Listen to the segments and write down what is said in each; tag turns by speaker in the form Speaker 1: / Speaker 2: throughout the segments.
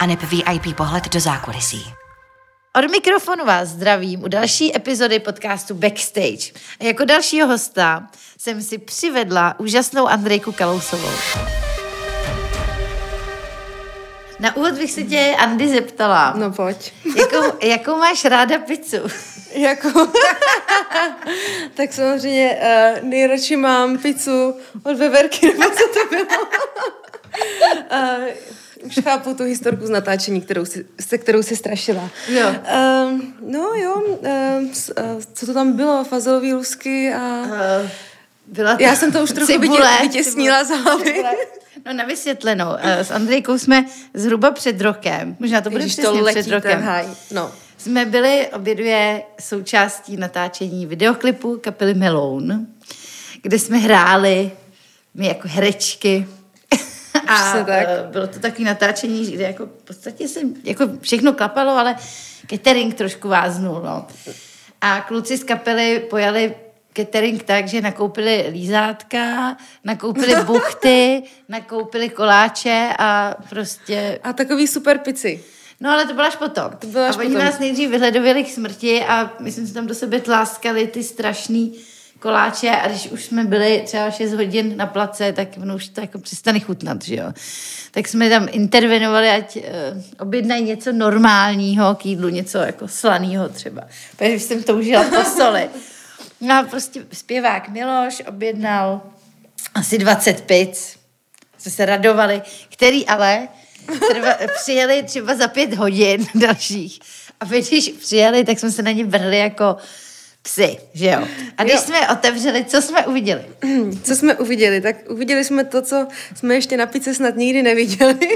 Speaker 1: a neb VIP pohled do zákulisí.
Speaker 2: Od mikrofonu vás zdravím u další epizody podcastu Backstage. A jako dalšího hosta jsem si přivedla úžasnou Andrejku Kalousovou. Na úvod bych se tě, Andy, zeptala,
Speaker 3: No pojď.
Speaker 2: jakou, jakou máš ráda pizzu?
Speaker 3: Jako... tak samozřejmě eh, nejradši mám pizzu od veverky, nebo co to bylo. Eh, už chápu tu historku z natáčení, kterou si, se kterou si strašila.
Speaker 2: Jo.
Speaker 3: Ehm, no jo, ehm, s- eh, co to tam bylo? Fazolový lusky a...
Speaker 2: Byla
Speaker 3: Eh, Já jsem to už trochu vytě- vytěsnila z hlavy.
Speaker 2: cibule. No na vysvětlenou, eh, s Andrejkou jsme zhruba před rokem, možná to bude
Speaker 3: Ježiš,
Speaker 2: přesně před rokem,
Speaker 3: ten háj. No.
Speaker 2: jsme byli obě dvě součástí natáčení videoklipu kapely Melon, kde jsme hráli my jako herečky. A
Speaker 3: Přesně tak.
Speaker 2: eh, bylo to takové natáčení, že jako v podstatě jsem, jako všechno klapalo, ale catering trošku váznul. No. A kluci z kapely pojali catering tak, že nakoupili lízátka, nakoupili buchty, nakoupili koláče a prostě
Speaker 3: A takový super pici.
Speaker 2: No ale to bylo až potom.
Speaker 3: To bylo až
Speaker 2: a oni
Speaker 3: potom.
Speaker 2: nás nejdřív vyhledovali k smrti a my jsme se tam do sebe tláskali ty strašný koláče a když už jsme byli třeba 6 hodin na place, tak ono už to jako přestane chutnat, že jo. Tak jsme tam intervenovali, ať eh, objednají něco normálního k jídlu, něco jako slaného třeba. Protože už jsem toužila po soli. No a prostě zpěvák Miloš objednal asi 20 pic. Jsme se radovali, který ale trva, přijeli třeba za pět hodin dalších. A my, když přijeli, tak jsme se na ně vrhli jako psy, že jo? A když jo.
Speaker 3: Jo.
Speaker 2: jsme je otevřeli, co jsme uviděli?
Speaker 3: Co jsme uviděli? Tak uviděli jsme to, co jsme ještě na pice snad nikdy neviděli.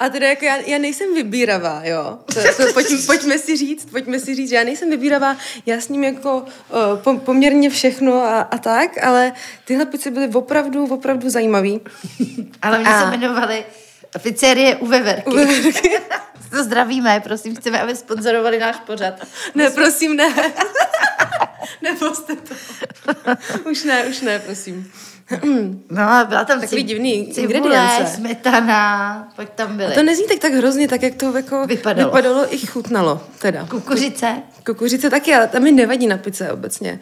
Speaker 3: A teda jako já, já nejsem vybíravá, jo. To, to, pojď, pojďme si říct, pojďme si říct, že já nejsem vybíravá, já s ním jako uh, pom, poměrně všechno a, a tak, ale tyhle pici byly opravdu, opravdu zajímavý.
Speaker 2: Ale oni
Speaker 3: A.
Speaker 2: se jmenovali pizzerie u Veverky.
Speaker 3: U Veverky.
Speaker 2: to zdravíme, prosím, chceme, aby sponzorovali náš pořad.
Speaker 3: Ne, prosím, ne. Nepozte to. Už ne, už ne, prosím.
Speaker 2: No a byla tam
Speaker 3: Takový
Speaker 2: cib-
Speaker 3: divný
Speaker 2: cibule,
Speaker 3: ingredience.
Speaker 2: smetana, pak tam byly
Speaker 3: A to nezní tak tak hrozně, tak jak to jako
Speaker 2: Vypadalo.
Speaker 3: vypadalo i chutnalo, teda.
Speaker 2: kukuřice.
Speaker 3: Kukuřice taky, ale tam mi nevadí na pice obecně.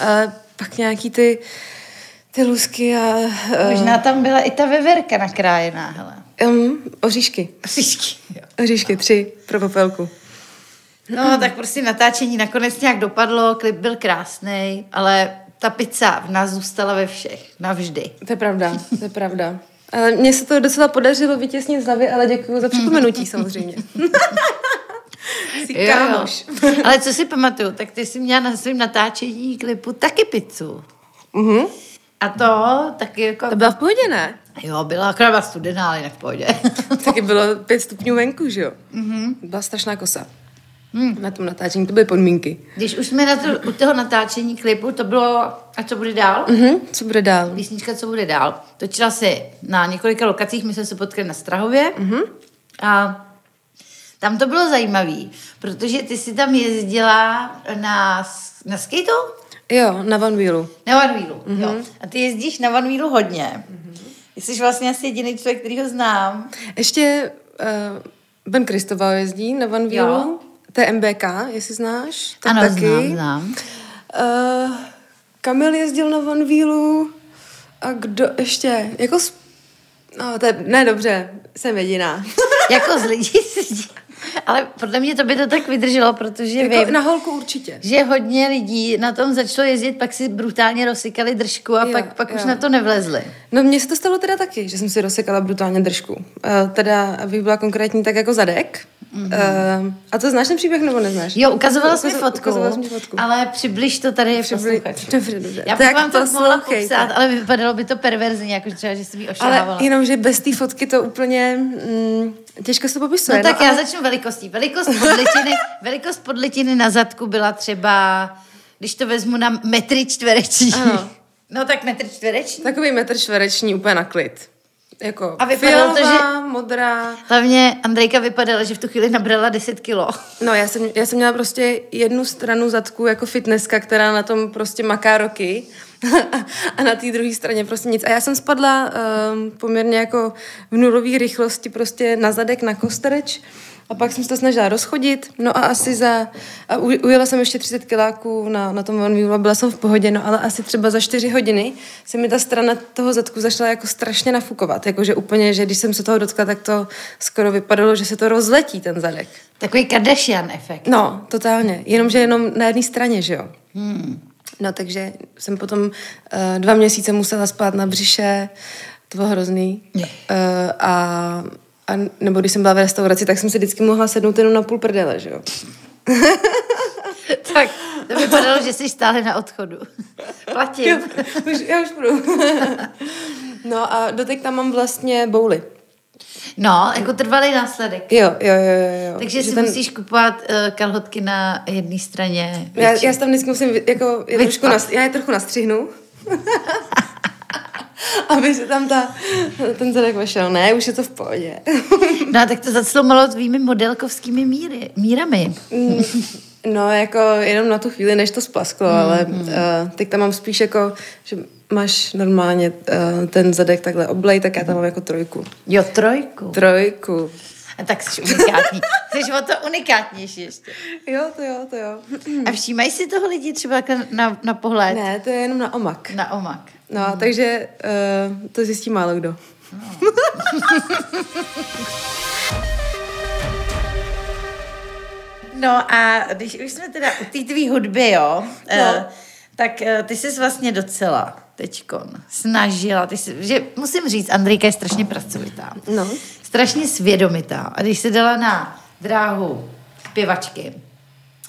Speaker 3: A pak nějaký ty, ty lusky a Eh.
Speaker 2: Možná tam byla i ta veverka nakrájená, hele.
Speaker 3: um, oříšky.
Speaker 2: Příští, jo.
Speaker 3: Oříšky, tři pro popelku.
Speaker 2: No, tak prostě natáčení nakonec nějak dopadlo, klip byl krásný, ale ta pizza v nás zůstala ve všech, navždy.
Speaker 3: To je pravda, to je pravda. Ale mně se to docela podařilo vytěsnit z hlavy, ale děkuji za připomenutí samozřejmě. Jsi
Speaker 2: Jo, jo.
Speaker 3: kámoš.
Speaker 2: ale co si pamatuju, tak ty jsi měla na svém natáčení klipu taky pizzu.
Speaker 3: Mhm.
Speaker 2: A to taky jako...
Speaker 3: To byla v pohodě, ne?
Speaker 2: Jo, byla akorát byla studená, ale jinak v pohodě.
Speaker 3: Taky bylo pět stupňů venku, že jo? Mm-hmm. Byla strašná kosa. Mm. Na tom natáčení to byly podmínky.
Speaker 2: Když už jsme na to, u toho natáčení klipu, to bylo... A co bude dál?
Speaker 3: Mm-hmm. Co bude dál?
Speaker 2: Písnička, co bude dál. Točila si na několika lokacích, my jsme se potkali na Strahově.
Speaker 3: Mhm.
Speaker 2: Mm-hmm. A tam to bylo zajímavé, protože ty jsi tam jezdila na, s- na skateu?
Speaker 3: Jo, na Van Wheelu.
Speaker 2: Na One Wheelu, mm-hmm.
Speaker 3: Mhm.
Speaker 2: jo. A ty jezdíš na One Wheelu hodně. Mm-hmm. Jsi vlastně asi jediný člověk, který ho znám.
Speaker 3: Ještě uh, Ben Kristoval jezdí na Van
Speaker 2: Jo.
Speaker 3: Wheelu. To je MBK, jestli znáš. Tak
Speaker 2: ano,
Speaker 3: taky.
Speaker 2: znám, znám.
Speaker 3: Uh, Kamil jezdil na Van Wheelu. A kdo ještě? Jako... s- No, to je... Ne, dobře, jsem jediná.
Speaker 2: jako z lidí si- Ale podle mě to by to tak vydrželo, protože vím,
Speaker 3: jako na holku určitě.
Speaker 2: že hodně lidí na tom začalo jezdit, pak si brutálně rozsykali držku a
Speaker 3: Jo,
Speaker 2: pak, pak už
Speaker 3: jo.
Speaker 2: na to nevlezli.
Speaker 3: No mně se to stalo teda taky, že jsem si rozsekala brutálně držku. Uh, teda, abych byla konkrétní, tak jako zadek. Mm-hmm. Uh, a to znáš ten příběh nebo neznáš?
Speaker 2: Mhm. Jo, ukazovala jsi mi
Speaker 3: Ukazo-
Speaker 2: fotku,
Speaker 3: Ukazovala jsem ti fotku.
Speaker 2: ale přibliž to tady
Speaker 3: Přibliž-
Speaker 2: posluchač.
Speaker 3: dobře, dobře.
Speaker 2: Já bych
Speaker 3: Tak
Speaker 2: vám to mohla
Speaker 3: poslouchejte.
Speaker 2: popsat, ale vypadalo by to perverzně, jako třeba, že jsem ji ošahávala.
Speaker 3: Ale jenom, že bez té fotky to úplně mm, těžko se popisuje.
Speaker 2: No tak
Speaker 3: ale-
Speaker 2: já začnu velikostí. Velikost podlitiny, velikost podlitiny na zadku byla třeba, když to vezmu na metry čtvereční.
Speaker 3: Ano.
Speaker 2: No tak metr čtvereční.
Speaker 3: Takový metr čtvereční úplně na klid. Jako
Speaker 2: A
Speaker 3: A
Speaker 2: vypadalo
Speaker 3: fialová,
Speaker 2: to,
Speaker 3: to, že... modrá.
Speaker 2: Hlavně Andrejka vypadala, že v tu chvíli nabrala 10 kilo.
Speaker 3: No já jsem, já jsem měla prostě jednu stranu zadku jako fitnesska, která na tom prostě maká roky a na té druhé straně prostě nic. A já jsem spadla um, poměrně jako v nulové rychlosti prostě na zadek, na kosterč. A pak jsem se to snažila rozchodit, no a asi za... A u- ujela jsem ještě 30 kiláků na, na tom one wheelu a byla jsem v pohodě, no ale asi třeba za 4 hodiny se mi ta strana toho zadku začala jako strašně nafukovat. Jakože úplně, že když jsem se toho dotkla, tak to skoro vypadalo, že se to rozletí ten zadek.
Speaker 2: Takový Kardashian efekt.
Speaker 3: No, totálně. Jenomže jenom na jedné straně, že jo. Hmm. No, takže jsem potom uh, dva měsíce musela spát na břiše, to bylo hrozný. Uh, a, a nebo když jsem byla v restauraci, tak jsem si vždycky mohla sednout jenom na půl prdele, že jo.
Speaker 2: Tak to vypadalo, že jsi stále na odchodu. Platím.
Speaker 3: už, já už budu. no a doteď tam mám vlastně bouly.
Speaker 2: No, jako trvalý následek.
Speaker 3: Jo, jo, jo, jo. jo.
Speaker 2: Takže
Speaker 3: Že
Speaker 2: si
Speaker 3: ten-
Speaker 2: musíš kupovat uh, kalhotky na jedné straně.
Speaker 3: Já, já si tam vždycky musím vy- jako, je trošku
Speaker 2: Vycpat.
Speaker 3: nas, já je trochu nastřihnu. aby se tam ta, ten zadek vešel. Ne, už je to v pohodě.
Speaker 2: No a tak to zaclomalo tvými modelkovskými míry, mírami.
Speaker 3: Mm, no, jako jenom na tu chvíli, než to splasklo, ale uh, teď tam mám spíš jako, že máš normálně uh, ten zadek takhle oblej, tak já tam mám jako trojku.
Speaker 2: Jo, trojku.
Speaker 3: Trojku.
Speaker 2: A tak jsi unikátní. Jsi o to unikátnější ještě.
Speaker 3: Jo, to jo, to jo.
Speaker 2: A všímají si toho lidi třeba takhle na, na pohled?
Speaker 3: Hmm. Ne, to je jenom na omak.
Speaker 2: Na omak.
Speaker 3: No, takže uh, to zjistí málo kdo.
Speaker 2: No a když už jsme teda u té tvý hudby, jo, no. eh, tak eh, ty jsi vlastně docela teďkon snažila, ty jsi, že musím říct, Andrejka je strašně pracovitá.
Speaker 3: No.
Speaker 2: Strašně svědomitá. A když se dala na dráhu zpěvačky,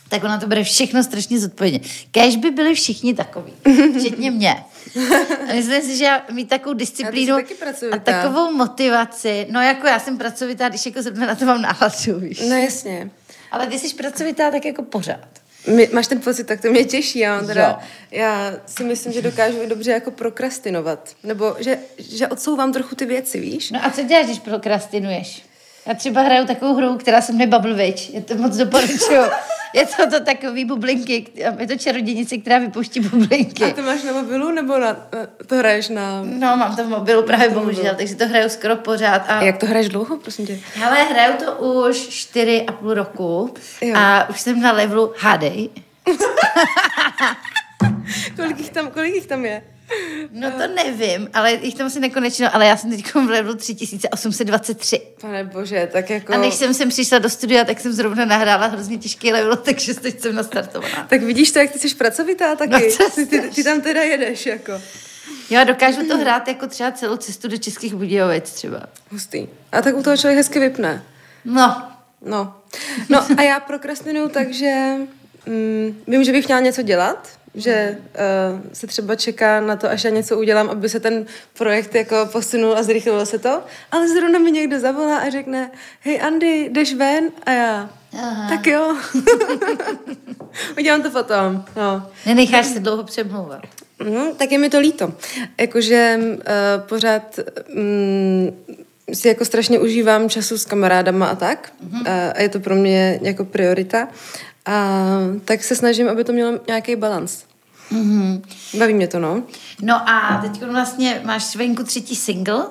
Speaker 2: tak ona to bude všechno strašně zodpovědně. Kéž by byli všichni takový, včetně mě. A myslím si, že já mít takovou disciplínu
Speaker 3: taky
Speaker 2: a
Speaker 3: pracovitá.
Speaker 2: takovou motivaci. No jako já jsem pracovitá, když jako zrovna na to mám náladu, víš.
Speaker 3: No jasně.
Speaker 2: Ale ty jsi pracovitá tak jako pořád.
Speaker 3: My, máš ten pocit, tak to mě těší. Já, mám
Speaker 2: Jo.
Speaker 3: teda, já si myslím, že dokážu i dobře jako prokrastinovat. Nebo že, že odsouvám trochu ty věci, víš?
Speaker 2: No a co děláš, když prokrastinuješ? Já třeba hraju takovou hru, která se jmenuje Bubble Witch. Je to moc doporučuju. Je to, to takový bublinky, je to čarodějnice, která vypouští bublinky.
Speaker 3: A to máš na mobilu, nebo na, na- to hraješ na...
Speaker 2: No, mám to v mobilu právě bohužel, takže to hraju skoro pořád. A...
Speaker 3: Jak to hraješ dlouho, prosím tě?
Speaker 2: Hele, hraju to už čtyři a půl roku
Speaker 3: Jo.
Speaker 2: a už jsem na levelu hádej.
Speaker 3: Kolik jich tam, kolik jich tam je?
Speaker 2: No to nevím, ale jich tam asi nekonečno, ale já jsem teď v levelu 3823.
Speaker 3: Pane bože, tak jako...
Speaker 2: A než jsem sem přišla do studia, tak jsem zrovna nahrála hrozně těžký level, takže teď jsem nastartovaná.
Speaker 3: Tak vidíš to, jak ty jsi pracovitá taky.
Speaker 2: No to
Speaker 3: ty, ty, ty tam teda jedeš, jako.
Speaker 2: Já dokážu to hrát jako třeba celou cestu do Českých Budějovic třeba.
Speaker 3: Hustý. A tak u toho člověk hezky vypne.
Speaker 2: No,
Speaker 3: No. No a já prokrastinuju tak, že mm, vím, že bych měla něco dělat, že uh, se třeba čeká na to, až já něco udělám, aby se ten projekt jako posunul a zrychlilo se to, ale zrovna mi někdo zavolá a řekne, hej Andy, jdeš ven? A já,
Speaker 2: Aha.
Speaker 3: Aha. tak jo. Udělám to potom. No.
Speaker 2: nenecháš se dlouho přemlouvat.
Speaker 3: No, tak je mi to líto. Jakože uh, pořád um, si jako strašně užívám času s kamarádama a tak. Mm-hmm. A je to pro mě jako priorita. A tak se snažím, aby to mělo nějaký balans.
Speaker 2: Mhm.
Speaker 3: Baví mě to, no.
Speaker 2: No a teď vlastně máš venku třetí single.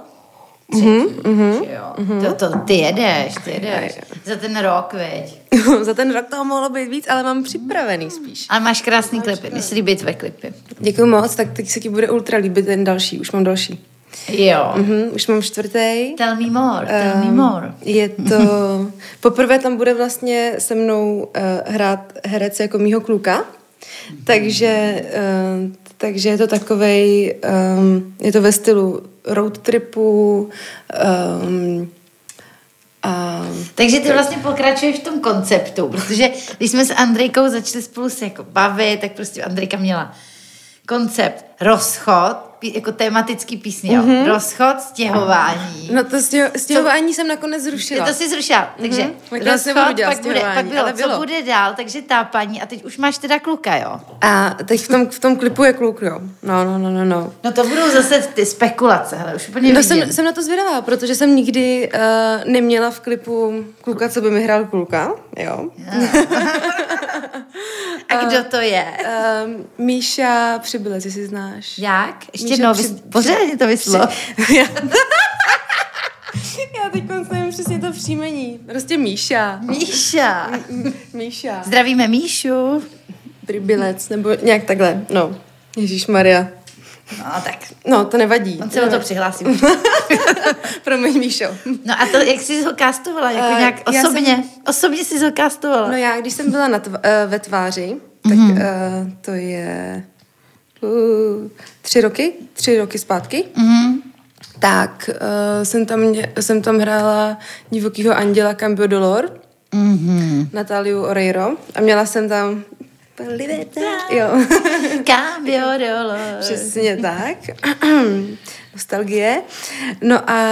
Speaker 2: Třetí,
Speaker 3: Mhm,
Speaker 2: mm-hmm, že jo? Mm-hmm. To, to, ty jedeš, ty jedeš. Za ten rok, veď.
Speaker 3: Za ten rok toho mohlo být víc, ale mám připravený spíš.
Speaker 2: A máš krásný klipy, myslí bitve klipy.
Speaker 3: Děkuji moc, tak teď se ti bude ultra líbit ten další. Už mám další.
Speaker 2: Jo.
Speaker 3: Mhm, už mám čtvrtý.
Speaker 2: Tell me more, tell me
Speaker 3: Ehm,
Speaker 2: more.
Speaker 3: Je to... Poprvé tam bude vlastně se mnou uh, hrát herec jako mýho kluka, takže, uh, takže je to takovej, um, je to ve stylu road tripu um, a
Speaker 2: Takže ty vlastně pokračuješ v tom konceptu, protože když jsme s Andrejkou začali spolu se jako bavit, tak prostě Andrejka měla koncept rozchod, pí- jako tematický písně, jo. Mm-hmm. Rozchod, stěhování.
Speaker 3: No to stěho- stěhování jsem nakonec zrušila.
Speaker 2: To si zrušila, takže
Speaker 3: Tak já jsem
Speaker 2: rozchod,
Speaker 3: udělala
Speaker 2: pak bude, pak
Speaker 3: stěhování,
Speaker 2: bylo,
Speaker 3: ale
Speaker 2: co
Speaker 3: bylo.
Speaker 2: bude dál, takže tápaní a teď už máš teda kluka, jo?
Speaker 3: A teď v tom, v tom klipu je kluk, jo. No, no, no, no, no.
Speaker 2: No to budou zase ty spekulace, ale už úplně
Speaker 3: No
Speaker 2: vidím.
Speaker 3: jsem, jsem na to zvědavá, protože jsem nikdy uh, neměla v klipu kluka, co by mi hrál kluka, jo.
Speaker 2: A kdo to je?
Speaker 3: Um, Míša Přibylec, jestli znáš.
Speaker 2: Jak? Ještě
Speaker 3: Míša
Speaker 2: jednou,
Speaker 3: při-
Speaker 2: vys- pořádně to vyslo.
Speaker 3: Já, já teď nevím přesně to příjmení. Prostě Míša.
Speaker 2: Míša.
Speaker 3: M- Míša.
Speaker 2: Zdravíme Míšu.
Speaker 3: Přibylec, nebo nějak takhle. No, Ježíš Maria.
Speaker 2: No tak,
Speaker 3: No, to nevadí.
Speaker 2: on se o to přihlásí.
Speaker 3: Promiň, Míšo.
Speaker 2: No a to, jak jsi ho castovala? Jako
Speaker 3: Eh,
Speaker 2: nějak
Speaker 3: já
Speaker 2: osobně? Osobně jsi ho castovala?
Speaker 3: No já, když jsem byla na tv- eh, ve tváři, tak mm-hmm. uh, to je uh, tři roky, tři roky zpátky, mm-hmm. tak uh, jsem, tam, mě- jsem tam hrála divokýho anděla Cambio Dolor, mm-hmm. Natáliu Oreiro a měla jsem tam jo,
Speaker 2: Cambio dolor.
Speaker 3: přesně tak, nostalgie. No a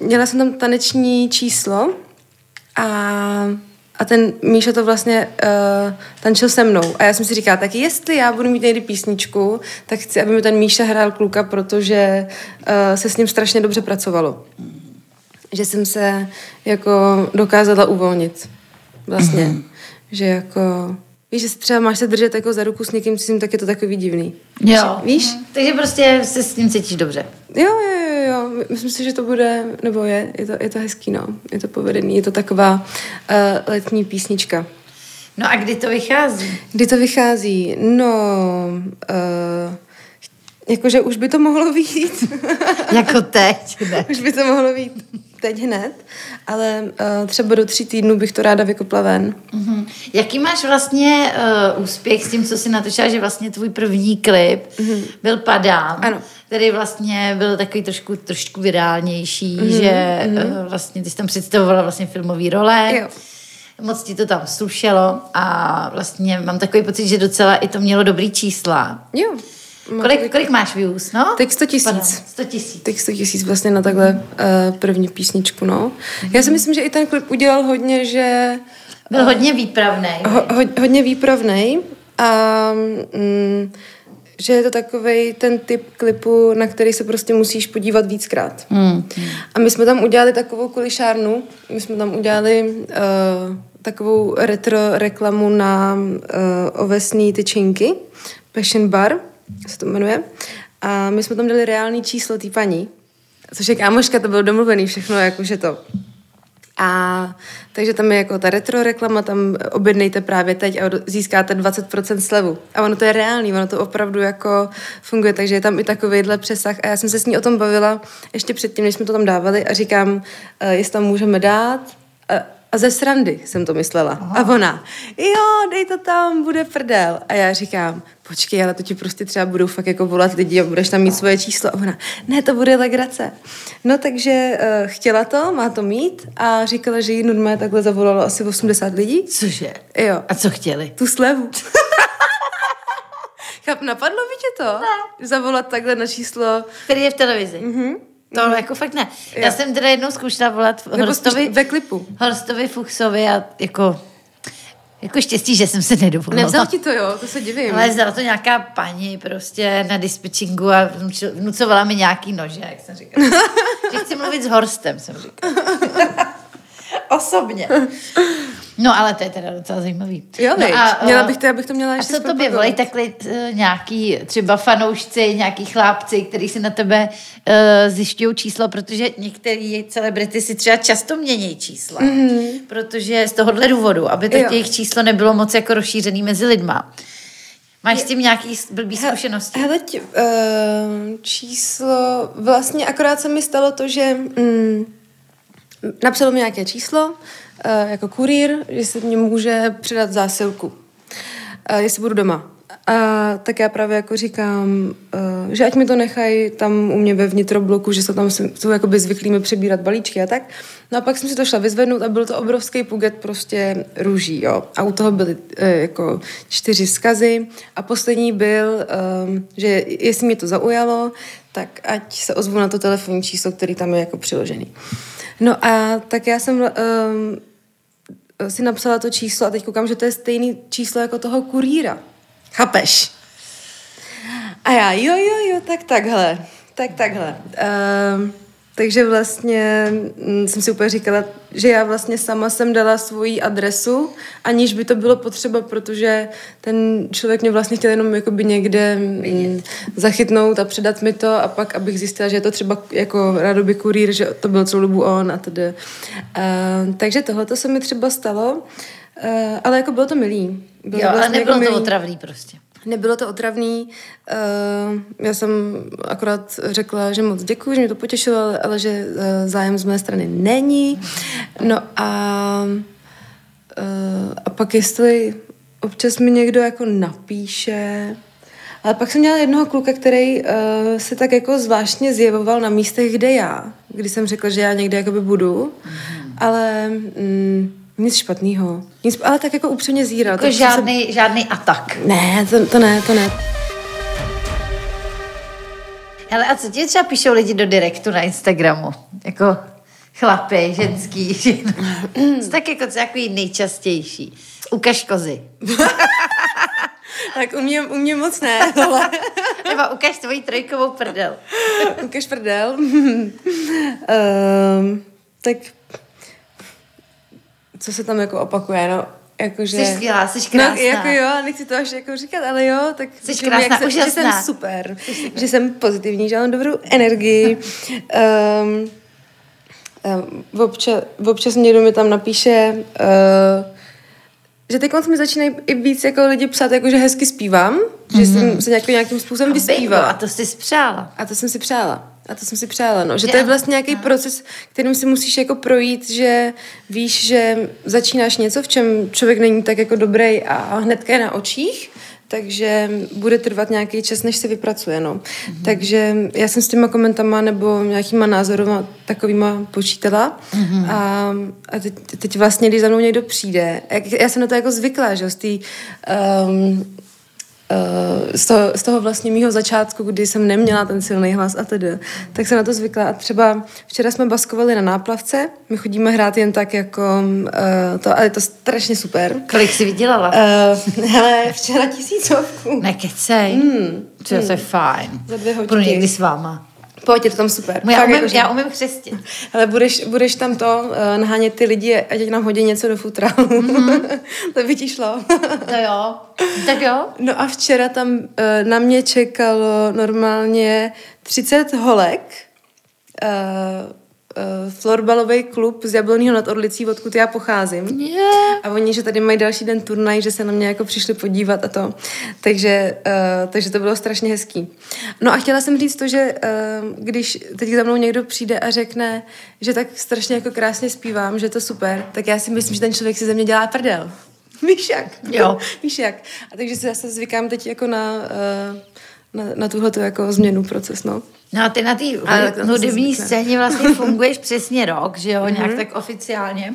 Speaker 3: měla jsem tam taneční číslo a, a ten Míša to vlastně uh, tančil se mnou. A já jsem si říkala, tak jestli já budu mít někdy písničku, tak chci, aby mi ten Míša hrál kluka, protože uh, se s ním strašně dobře pracovalo. Že jsem se jako dokázala uvolnit vlastně. Mm-hmm. Že jako... Víš, že si třeba máš se držet jako za ruku s někým cizím, tak je to takový divný.
Speaker 2: Jo. Mhm.
Speaker 3: Víš?
Speaker 2: Takže prostě se s ním cítíš dobře.
Speaker 3: Jo, jo, jo, jo, myslím si, že to bude, nebo je, je to, je to hezký, no, je to povedený, je to taková uh, letní písnička.
Speaker 2: No a kdy to vychází?
Speaker 3: Kdy to vychází? No, uh, jakože už by to mohlo být,
Speaker 2: jako teď, ne?
Speaker 3: už by to mohlo být teď hned, ale uh, třeba do tří týdnů bych to ráda vykopla ven.
Speaker 2: Mhm. Jaký máš vlastně uh, úspěch s tím, co jsi natočila, že vlastně tvůj první klip mm-hmm. byl Padám,
Speaker 3: Mhm. Ano.
Speaker 2: který vlastně byl takový trošku, trošku virálnější,
Speaker 3: Mhm.
Speaker 2: mm-hmm. že uh, vlastně ty jsi tam představovala vlastně filmové role.
Speaker 3: Jo.
Speaker 2: Moc ti to tam slušelo a vlastně mám takový pocit, že docela i to mělo dobrý čísla.
Speaker 3: Jo. Má to
Speaker 2: Kolik,
Speaker 3: být-
Speaker 2: kolik máš views, no?
Speaker 3: Teď 100 000.
Speaker 2: Padám. 100 tisíc.
Speaker 3: Teď 100 tisíc vlastně na takhle uh, první písničku, no. Já si myslím, že i ten klip udělal hodně, že
Speaker 2: Byl hodně výpravný.
Speaker 3: ho, ho- hodně výpravný a mm, že je to takový ten typ klipu, na který se prostě musíš podívat víckrát.
Speaker 2: Hmm.
Speaker 3: Mm. A my jsme tam udělali takovou kulišárnu, my jsme tam udělali uh, takovou retro reklamu na uh, ovesné tyčinky, Passion Bar se to jmenuje. A my jsme tam dali reální číslo té paní, což je kámoška, to bylo domluvený všechno, jakože to. A takže tam je jako ta retro reklama, tam objednejte právě teď a od- získáte 20% slevu. A ono to je reálný, ono to opravdu jako funguje, takže je tam i takovýhle přesah. A já jsem se s ní o tom bavila ještě předtím, než jsme to tam dávali a říkám, eh, jestli tam můžeme dát. A- A ze srandy jsem to myslela. Aha. A ona, jo, dej to tam, bude prdel. A já říkám, počkej, ale to ti prostě třeba budou fakt jako volat lidi a budeš tam mít svoje číslo. A ona, ne, to bude legrace. No takže uh, chtěla to, má to mít a říkala, že jí normálně takhle zavolalo asi 80 lidí.
Speaker 2: Cože?
Speaker 3: Jo,
Speaker 2: A co chtěli?
Speaker 3: tu slevu. Cháp, napadlo by tě to? Ne. Zavolat takhle na číslo
Speaker 2: Který je v televizi. Mm-hmm. To jako fakt ne. Já
Speaker 3: Mhm. Jo.
Speaker 2: jsem teda jednou zkoušela volat
Speaker 3: nebo spíš
Speaker 2: Horstovi,
Speaker 3: ve klipu.
Speaker 2: Horstovi Fuchsovi a jako, jako štěstí, že jsem se nedovolila.
Speaker 3: Nevzal ti to, jo, to se divím.
Speaker 2: ale vzala to nějaká paní prostě na dispečingu a vnučil- vnucovala mi nějaký nože, jak jsem říkala. že chci mluvit s Horstem, jsem říkala. Osobně. No ale to je teda docela zajímavý.
Speaker 3: Jo,
Speaker 2: no,
Speaker 3: no měla
Speaker 2: eh,
Speaker 3: bych to, já bych to měla
Speaker 2: a
Speaker 3: ještě
Speaker 2: co tobě
Speaker 3: zpropagovat.
Speaker 2: volají takhle eh, nějaký třeba fanoušci, nějaký chlápci, který si na tebe uh, zjišťují číslo, protože některé celebrity si třeba často mění čísla. Mm-hmm. Protože z tohohle důvodu, aby to
Speaker 3: Jo.
Speaker 2: jejich číslo nebylo moc jako rozšířený mezi lidma. Máš s tím nějaký s- blbý zkušenosti?
Speaker 3: Hele, tě, uh, číslo, vlastně akorát se mi stalo to, že mm, napsalo mi nějaké číslo, eh, jako kurýr, že se mě může předat zásilku, eh, jestli budu doma. A tak já právě jako říkám, eh, že ať mi to nechají tam u mě ve vnitrobloku, že se tam s- jsou jakoby zvyklí mi přebírat balíčky a tak. No a pak jsem si to šla vyzvednout a byl to obrovský puget prostě růží, jo. A u toho byly eh, jako čtyři skazy a poslední byl, ehm, že jestli mě to zaujalo, tak ať se ozvu na to telefonní číslo, který tam je jako přiložený. No a tak já jsem um, si napsala to číslo a teď koukám, že to je stejný číslo jako toho kurýra. Chápeš? A já, jo, jo, jo, tak takhle, tak takhle. Um, Takže vlastně mm, jsem si úplně říkala, že já vlastně sama jsem dala svoji adresu, aniž by to bylo potřeba, protože ten člověk mě vlastně chtěl jenom jakoby někde mm, zachytnout a předat mi to a pak, abych zjistila, že je to třeba jako rádoby kurýr, že to byl celou dobu on a tedy. Uh, takže tohle to se mi třeba stalo, uh, ale jako bylo to milý. Bylo
Speaker 2: Jo, ale
Speaker 3: vlastně jako
Speaker 2: nebylo to
Speaker 3: milý.
Speaker 2: otravný prostě.
Speaker 3: Nebylo to otravný. eh, Já jsem akorát řekla, že moc děkuji, že mě to potěšilo, ale- ale že eh, zájem z mé strany není. No a, eh, a pak jestli občas mi někdo jako napíše. Ale pak jsem měla jednoho kluka, který eh, se tak jako zvláštně zjevoval na místech, kde já. Kdy jsem řekla, že já někde jakoby budu. Ale mm, nic špatného. Nic, ale tak jako upřímně zíral.
Speaker 2: Jako
Speaker 3: Tak jsem se
Speaker 2: žádný, žádný atak.
Speaker 3: ne, to, to ne, to ne.
Speaker 2: Ale a co ti třeba píšou lidi do direktu na Instagramu? Jako chlapy, ženský, žen. Co tak jako co je takový nejčastější? Ukaž kozy.
Speaker 3: Tak u mě, u mě moc ne, tohle.
Speaker 2: Nebo ukaž tvoji trojkovou prdel.
Speaker 3: Ukaž prdel. um, tak co se tam jako opakuje, no? Jakože...
Speaker 2: Jsi skvělá, jsi krásná.
Speaker 3: No, jako jo, nechci to až jako říkat, ale jo, tak
Speaker 2: Jsi
Speaker 3: přijde mi,
Speaker 2: krásná,
Speaker 3: se- že
Speaker 2: úžasná.
Speaker 3: jsem super, že jsem pozitivní, že mám dobrou energii. Um, um, občas, občas někdo mi tam napíše, uh, že teď mi začínají i víc jako lidi psát, jako že hezky zpívám, mm-hmm. že jsem se nějaký, nějakým způsobem
Speaker 2: Bingo,
Speaker 3: vyspívala.
Speaker 2: Mhm. a to jsi spřála.
Speaker 3: A to jsem si přála. A to jsem si přála, no. Že
Speaker 2: Že
Speaker 3: to je
Speaker 2: ano,
Speaker 3: vlastně nějaký proces, kterým si musíš jako projít, že víš, že začínáš něco, v čem člověk není tak jako dobrý a hnedka je na očích, takže bude trvat nějaký čas, než se vypracuje, no. Mm-hmm. Takže já jsem s těma komentama nebo nějakýma názorama takovýma počítala mm-hmm. a, a teď, teď vlastně, když za mnou někdo přijde, jak, já jsem na to jako zvyklá, že jo, z té um, Eh, z toho, z toho vlastně mýho začátku, kdy jsem neměla ten silný hlas a tedy, tak jsem na to zvykla. A třeba včera jsme baskovali na náplavce, my chodíme hrát jen tak jako eh, to, ale je to strašně super.
Speaker 2: Kolik jsi vydělala?
Speaker 3: Uh, hele, včera tisícovku.
Speaker 2: Nekecej. Hmm. To, to je fajn.
Speaker 3: mm, Za dvě
Speaker 2: Budu
Speaker 3: hodinky.
Speaker 2: někdy s váma.
Speaker 3: Pojď, je to tam super.
Speaker 2: No, Já
Speaker 3: Fakt jako,
Speaker 2: umím,
Speaker 3: jakože-
Speaker 2: já umím křestit.
Speaker 3: Ale budeš, budeš tam to eh, nahánět ty lidi, ať nám hodí něco do futra.
Speaker 2: Mhm.
Speaker 3: Mm-hmm. to by ti šlo.
Speaker 2: No jo. Tak jo.
Speaker 3: No a včera tam eh, na mě čekalo normálně 30 holek. eh, eh, Florbalový klub z Jablonního nad Orlicí, odkud já pocházím.
Speaker 2: Yeah.
Speaker 3: A oni, že tady mají další den turnaj, že se na mě jako přišli podívat a to. Takže, uh, takže to bylo strašně hezký. No a chtěla jsem říct to, že uh, když teď za mnou někdo přijde a řekne, že tak strašně jako krásně zpívám, že je to super, tak já si myslím, že ten člověk si ze mě dělá prdel. Víš jak?
Speaker 2: Jo.
Speaker 3: Víš jak? A takže si zase zvykám teď jako na, eh, na, na tuhle jako změnu proces, no.
Speaker 2: No a ty na té
Speaker 3: Ale tak to
Speaker 2: hudební
Speaker 3: jsem zvyklá.
Speaker 2: scéně vlastně funguješ přesně rok, že jo,
Speaker 3: Mhm.
Speaker 2: nějak tak oficiálně.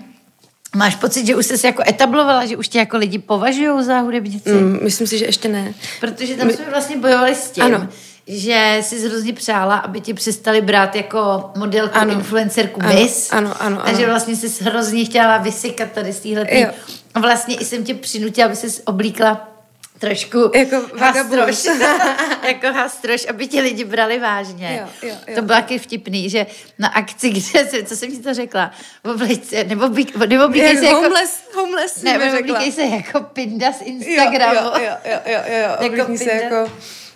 Speaker 2: Máš pocit, že už jsi se jako etablovala, že už tě jako lidi považují za hudebnici?
Speaker 3: Mm, myslím si, že ještě ne.
Speaker 2: Protože tam jsme vlastně bojovali s tím,
Speaker 3: Ano.
Speaker 2: že jsi hrozně přála, aby tě přestali brát jako modelku, ano.
Speaker 3: Ano.
Speaker 2: influencerku
Speaker 3: Ano,
Speaker 2: bis.
Speaker 3: ano, ano,
Speaker 2: Takže
Speaker 3: ano.
Speaker 2: vlastně jsi hrozně chtěla vysykat tady z téhle.
Speaker 3: Jo.
Speaker 2: A vlastně i jsem tě přinutila, aby jsi oblíkla trošku
Speaker 3: Jako vagabund.
Speaker 2: hastroš. jako hastroš, aby ti lidi brali vážně.
Speaker 3: Jo, jo, jo.
Speaker 2: To bylo taky vtipný, že na akci, kde jsem, co jsem ti to řekla, obleč se, nebo, bík, nebo oblíkej
Speaker 3: Jak
Speaker 2: se jako...
Speaker 3: homeless, homeless si mi
Speaker 2: Ne,
Speaker 3: řekla.
Speaker 2: oblíkej se jako pinda z
Speaker 3: Jo, jo,
Speaker 2: Instagramu.
Speaker 3: jo, jo, jo, jo, oblíkni se
Speaker 2: pinda.
Speaker 3: jako...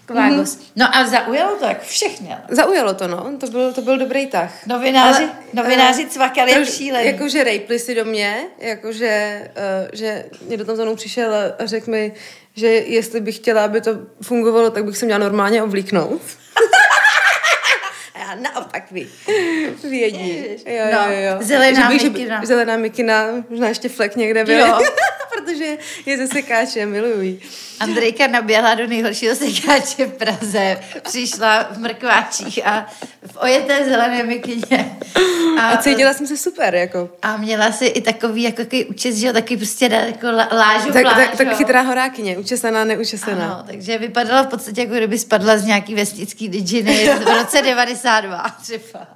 Speaker 2: Kvágus. No a zaujalo to jako všechny. ale.
Speaker 3: Zaujalo to, no. To byl, to byl dobrý tah.
Speaker 2: Novináři,
Speaker 3: Ale,
Speaker 2: novináři cvakali jak
Speaker 3: troš-
Speaker 2: šílení. Jako,
Speaker 3: Jakože rejpli si do mě, jakože uh, že někdo tam za mnou přišel a- a řekl mi, že jestli bych chtěla, aby to fungovalo, tak bych se měla normálně oblíknout. A já naopak vy. Vědí. Jo,
Speaker 2: No,
Speaker 3: jo, jo.
Speaker 2: zelená
Speaker 3: že bych, Že
Speaker 2: mikina.
Speaker 3: by, zelená mikina, možná ještě flek někde byl.
Speaker 2: Jo.
Speaker 3: Protože je ze sekáče, milují.
Speaker 2: Andrejka naběhla do nejhoršího sekáče v Praze, přišla v mrkváčích a v ojeté zelené mikině.
Speaker 3: A
Speaker 2: eh,
Speaker 3: cítila jsem se super, jako.
Speaker 2: a měla si i takový jako takový účest, že jo, takový prostě na- jako la- lážu
Speaker 3: Tak, tak,
Speaker 2: plážou.
Speaker 3: tak chytrá no. horákyně, učesaná, neučesaná.
Speaker 2: Ano, takže vypadala v podstatě, jako kdyby spadla z nějaký vesnický džiny v roce 92 třeba.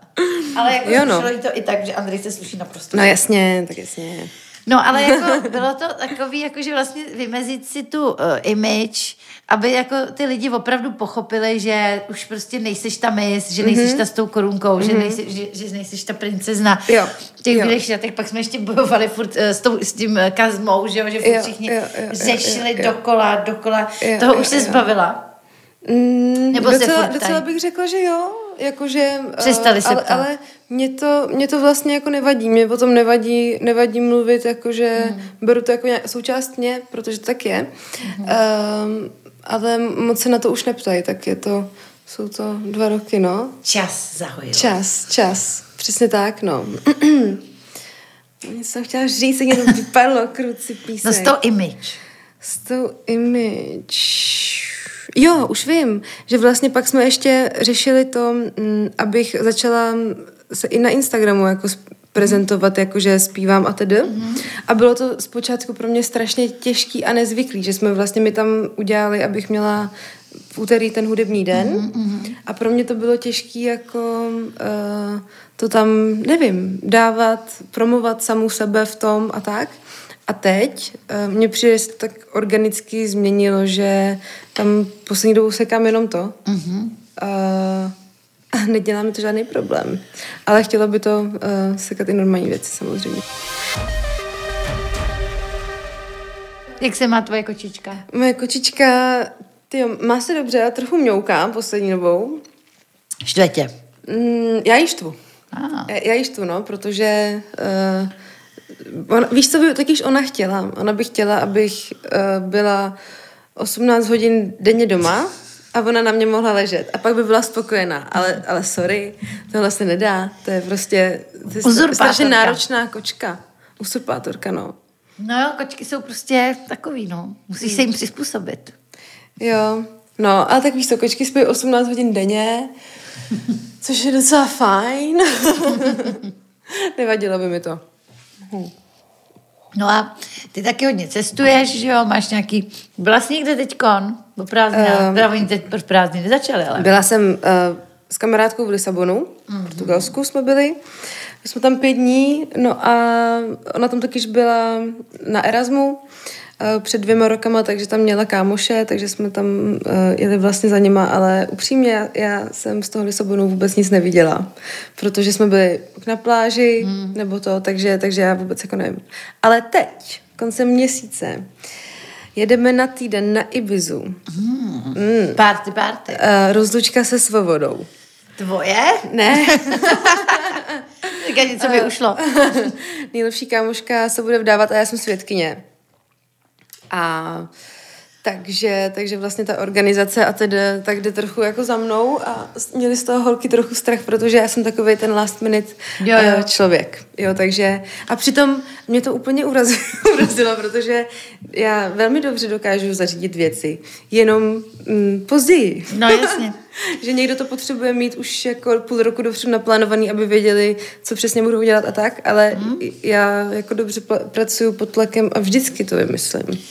Speaker 2: Ale jako
Speaker 3: Jo, no.
Speaker 2: jo, no. to i tak, že Andrej se sluší naprosto.
Speaker 3: No jasně, tak jasně.
Speaker 2: No ale jako bylo to takový, jako že vlastně vymezit si tu uh, image, aby jako ty lidi opravdu pochopili, že už prostě nejseš ta mis, že nejseš
Speaker 3: Mhm.
Speaker 2: ta s tou korunkou, že, nejsi, že, že nejseš ta princezna.
Speaker 3: Jo,
Speaker 2: Těch
Speaker 3: jo.
Speaker 2: bílých šatech, pak jsme ještě bojovali furt uh, s, tou, s tím uh, kazmou, že, jo, že furt
Speaker 3: Jo,
Speaker 2: všichni
Speaker 3: jo, jo, jo,
Speaker 2: řešili
Speaker 3: jo, jo.
Speaker 2: dokola, dokola.
Speaker 3: Jo,
Speaker 2: Toho
Speaker 3: jo,
Speaker 2: už se
Speaker 3: jo.
Speaker 2: zbavila.
Speaker 3: Mm,
Speaker 2: Nebo se
Speaker 3: docela,
Speaker 2: furt ptají?
Speaker 3: docela bych řekla, že jo. Jakože, eh,
Speaker 2: Přestali se
Speaker 3: ale,
Speaker 2: ptát.
Speaker 3: ale mě to, mě to vlastně jako nevadí. Mě potom nevadí, nevadí mluvit, jakože
Speaker 2: Hmm.
Speaker 3: mm. beru to jako nějak součást mě, protože to tak je.
Speaker 2: Hmm.
Speaker 3: Mm. Um, ale moc se na to už neptají, tak je to, jsou to dva roky, no.
Speaker 2: Čas zahojil.
Speaker 3: Čas, čas. Přesně tak, no. Něco jsem chtěla říct, jak jenom vypadlo kruci písek.
Speaker 2: No s tou image.
Speaker 3: S tou image. Jo, už vím, že vlastně pak jsme ještě řešili to, mm, abych začala se i na Instagramu jako sp- prezentovat, jako že zpívám a tedy. Mm-hmm. A bylo to zpočátku pro mě strašně těžký a nezvyklý, že jsme vlastně mi tam udělali, abych měla v úterý ten hudební den. Mm-hmm. A pro mě to bylo těžký jako uh, to tam, nevím, dávat, promovat samu sebe v tom a tak. A teď eh, mně přijde, že se to tak organicky změnilo, že tam poslední dobou sekám jenom to. Mm-hmm. A nedělá mi to žádný problém. Ale chtělo by to eh, sekat i normální věci samozřejmě.
Speaker 2: Jak se má tvoje kočička?
Speaker 3: Moje kočička, tyjo, má se dobře a trochu mňouká poslední dobou.
Speaker 2: Štvetě.
Speaker 3: Mm, já ji štvu.
Speaker 2: Ah.
Speaker 3: Já, já ji štvu, no, protože... Uh, ona, víš, co by totiž ona chtěla? Ona by chtěla, abych uh, byla 18 hodin denně doma a ona na mě mohla ležet. A pak by byla spokojená. Ale, ale sorry, tohle se nedá. To je prostě... To je stra-
Speaker 2: Uzurpátorka.
Speaker 3: strašně náročná kočka. Usurpátorka, no.
Speaker 2: No jo, kočky jsou prostě takový, no. Musíš se jim přizpůsobit.
Speaker 3: Jo, no, ale tak víš co, kočky spí 18 hodin denně, což je docela fajn. Nevadilo by mi to.
Speaker 2: No a ty taky hodně cestuješ, že jo? Máš nějaký... Byla jsi někde teďkon? Po prázdninách. Um,
Speaker 3: Ehm.
Speaker 2: teda oni teď pro prázdniny začaly, ale...
Speaker 3: Byla jsem uh, s kamarádkou v Lisabonu, v Portugalsku jsme byli. My jsme tam pět dní, no a ona tam totiž byla na Erasmu eh, před dvěma rokama, takže tam měla kámoše, takže jsme tam uh, jeli vlastně za nima, ale upřímně já, já jsem z toho Lisabonu vůbec nic neviděla, protože jsme byli na pláži nebo to, takže, takže já vůbec jako nevím. Ale teď, koncem měsíce, jedeme na týden na Ibizu.
Speaker 2: Mm. Party, party.
Speaker 3: Eh, rozlučka se svobodou.
Speaker 2: Tvoje?
Speaker 3: Ne,
Speaker 2: Říká, něco mi ušlo.
Speaker 3: Eh, nejlepší kámoška se bude vdávat a já jsem svědkyně. A takže, takže vlastně ta organizace a tedy tak jde trochu jako za mnou a s- měli z toho holky trochu strach, protože já jsem takový ten last minute
Speaker 2: Jo, jo.
Speaker 3: eh, člověk. Jo, takže a přitom mě to úplně urazilo, urazilo, protože já velmi dobře dokážu zařídit věci, jenom mm, později.
Speaker 2: No jasně.
Speaker 3: že někdo to potřebuje mít už jako půl roku dopředu naplánovaný, aby věděli, co přesně budou dělat a tak, ale
Speaker 2: Mhm.
Speaker 3: mm. já jako dobře pl- pracuju pod tlakem a vždycky to vymyslím.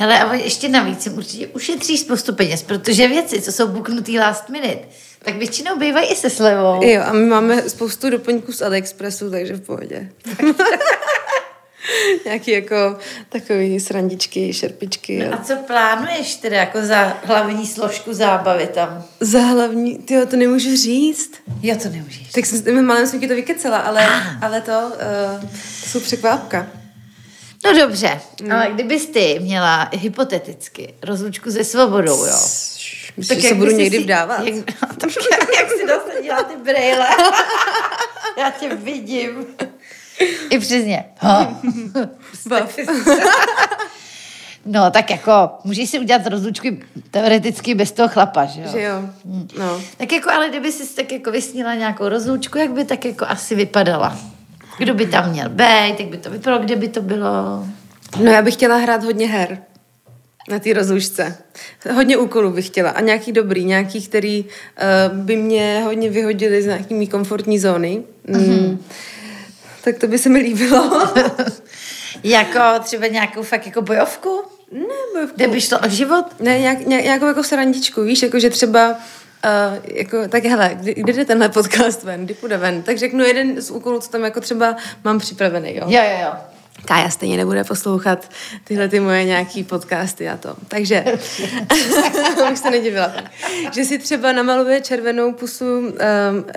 Speaker 2: Hele, a ještě navíc jim určitě ušetříš spoustu peněz, protože věci, co jsou buknutý last minute, tak většinou bývají i se slevou.
Speaker 3: Jo, a my máme spoustu doplňků z AliExpressu, takže v pohodě. Nějaký jako takový srandičky, šerpičky. Jo.
Speaker 2: A co plánuješ teda jako za hlavní složku zábavy tam?
Speaker 3: Za hlavní, tyjo, to nemůžu říct.
Speaker 2: Jo, to nemůžeš.
Speaker 3: Tak jsem, malém jsem ti to vykecela, ale,
Speaker 2: Ah.
Speaker 3: ale to, uh, to jsou překvápka.
Speaker 2: No dobře, mm. ale kdybys ty měla hypoteticky rozlučku se svobodou, jo?
Speaker 3: Myslím, tak že se budu
Speaker 2: bys
Speaker 3: někdy vdávat.
Speaker 2: Jak, tak jak- jak si dosadila ty brejle? Já tě vidím. I přesně. Ha.
Speaker 3: Bav.
Speaker 2: No, tak jako, můžeš si udělat rozlučky teoreticky bez toho chlapa, že jo?
Speaker 3: Že jo, no.
Speaker 2: Tak jako, ale kdyby jsi tak jako vysnila nějakou rozlučku, jak by tak jako asi vypadala? Kdo by tam měl být, jak by to vypadalo, kde by to bylo?
Speaker 3: No já bych chtěla hrát hodně her na té rozlušce. Hodně úkolů bych chtěla a nějaký dobrý, nějaký, který uh, by mě hodně vyhodili z nějaký mý komfortní zóny. Mm. Tak to by se mi líbilo.
Speaker 2: Jako třeba nějakou fakt jako bojovku?
Speaker 3: Nebo
Speaker 2: Kde by šlo o život?
Speaker 3: Ne, nějak, nějak, nějakou jako srandičku, víš, jako že třeba Uh, jako, tak hele, kdy, kdy jde tenhle podcast ven, kdy půjde ven, tak řeknu jeden z úkolů, co tam jako třeba mám připravený, jo.
Speaker 2: Jo, jo, jo.
Speaker 3: Kája stejně nebude poslouchat tyhle ty moje nějaký podcasty a to. Takže už se nedivila. Že si třeba namaluje červenou pusu um,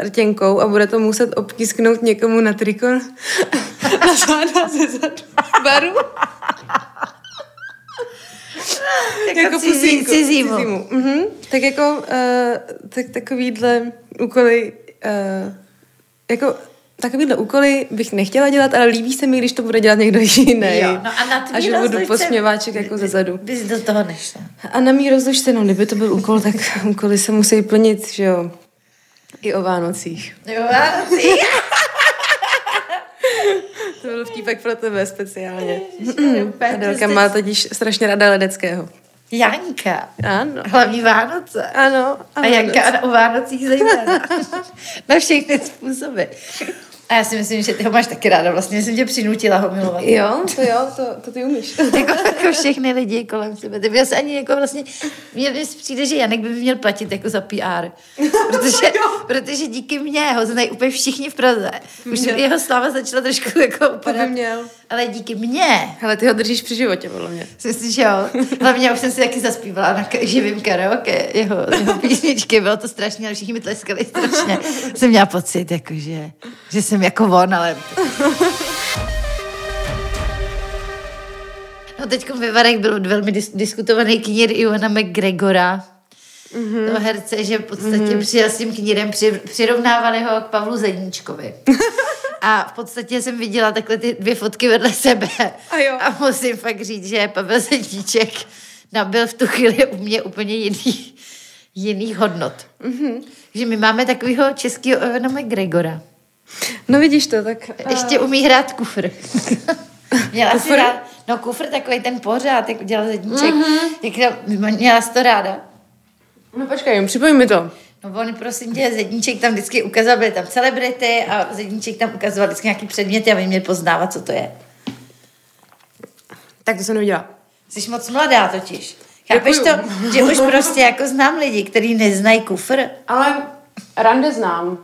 Speaker 3: rtěnkou a bude to muset obtisknout někomu na triko na záda ze zadu baru. jako
Speaker 2: cizí-
Speaker 3: pusinku.
Speaker 2: cizímu.
Speaker 3: Mhm. Tak jako uh, tak, takovýhle úkoly uh, jako takovýhle úkoly bych nechtěla dělat, ale líbí se mi, když to bude dělat někdo jiný.
Speaker 2: Jo, no a na tvý
Speaker 3: a že budu
Speaker 2: rozložce-
Speaker 3: posměváček jako ze zadu.
Speaker 2: Bys do toho nešla.
Speaker 3: A na mý rozložce, no kdyby to byl úkol, tak úkoly se musí plnit, že jo. I o Vánocích.
Speaker 2: Jo, ano, ty.
Speaker 3: To byl vtípek pro tebe speciálně.
Speaker 2: úplně,
Speaker 3: Adelka
Speaker 2: ty jsi-
Speaker 3: má totiž strašně ráda Ledeckého.
Speaker 2: Janka.
Speaker 3: Ano.
Speaker 2: Hlavní Vánoce.
Speaker 3: Ano.
Speaker 2: A Janka o Vánocích zejména. Na všechny způsoby. A já si myslím, že ty ho máš taky ráda. Vlastně jsem tě přinutila ho milovat.
Speaker 3: Jo, to jo, to, to ty umíš.
Speaker 2: jako, jako všechny lidi kolem sebe. Ty bys ani jako vlastně, mně mně přijde, že Janek by měl platit jako za PR. Protože, protože díky mně ho znají úplně všichni v Praze. Už
Speaker 3: Měl.
Speaker 2: jeho sláva začala trošku jako upadat.
Speaker 3: měl.
Speaker 2: Ale díky mně.
Speaker 3: Hele, ty ho držíš při životě, podle mě.
Speaker 2: si Myslím, že jo. Hlavně už jsem si taky zaspívala na k- živým karaoke jeho, jeho písničky. Bylo to strašně, ale všichni mi tleskali strašně. Jsem měla pocit, jako, že, že jsem jako on, ale... No teď ve Varech byl velmi dis- diskutovaný knír Iwana McGregora,
Speaker 3: Mhm.
Speaker 2: mm-hmm. toho herce, že v podstatě mm-hmm. přijel s tím knírem, při- přirovnávali ho k Pavlu Zeníčkovi. A v podstatě jsem viděla takhle ty dvě fotky vedle sebe.
Speaker 3: A jo.
Speaker 2: A musím fakt říct, že Pavel Zeníček nabil v tu chvíli u mě úplně jiný, jiný hodnot.
Speaker 3: Mhm.
Speaker 2: Mm-hmm. Že my máme takového českého Evana McGregora.
Speaker 3: No vidíš to, tak...
Speaker 2: Ještě umí hrát kufr. Měla jsi
Speaker 3: Kufr?
Speaker 2: rád, no kufr takový ten pořád, jak udělal zedníček, mm-hmm. jak, měla jsi to ráda?
Speaker 3: No počkej, připojím mi to.
Speaker 2: No on prosím tě, Zedníček tam vždycky ukazoval, byly tam celebrity a Zedníček tam ukazoval vždycky nějaký předměty a my měli poznávat, co to je.
Speaker 3: Tak to jsem neviděla.
Speaker 2: Jsi moc mladá totiž. Chápeš to,
Speaker 3: Děkuju.
Speaker 2: že už prostě jako znám lidi, kteří neznají kufr.
Speaker 3: Ale rande znám.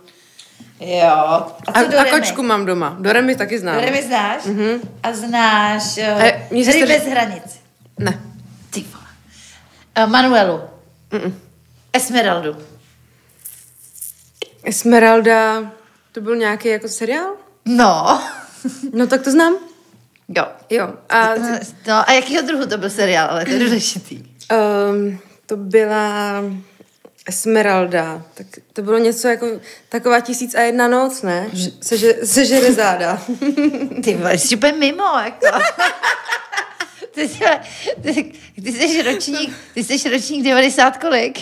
Speaker 2: Jo. A
Speaker 3: A,
Speaker 2: co do
Speaker 3: a, kočku mám doma. Do remy taky znám.
Speaker 2: Remy znáš? Mm-hmm. A znáš
Speaker 3: E,
Speaker 2: uh,
Speaker 3: mně se
Speaker 2: hry
Speaker 3: to-
Speaker 2: bez hranic.
Speaker 3: Ne.
Speaker 2: Ty vole. Uh, Manuelu. Mm-mm. Esmeraldu.
Speaker 3: Esmeralda, to byl nějaký jako seriál?
Speaker 2: No.
Speaker 3: No tak to znám.
Speaker 2: Jo.
Speaker 3: Jo. A
Speaker 2: No, a Mm. jakýho druhu to byl seriál, ale to je důležitý.
Speaker 3: um, to byla Esmeralda. Tak to bylo něco jako taková tisíc a jedna noc, ne? Ž- Seže, sežere záda.
Speaker 2: Ty vole, jsi úplně mimo, jako. Ty, jsi, ty, ty jsi ročník, ty jsi ročník 90 kolik?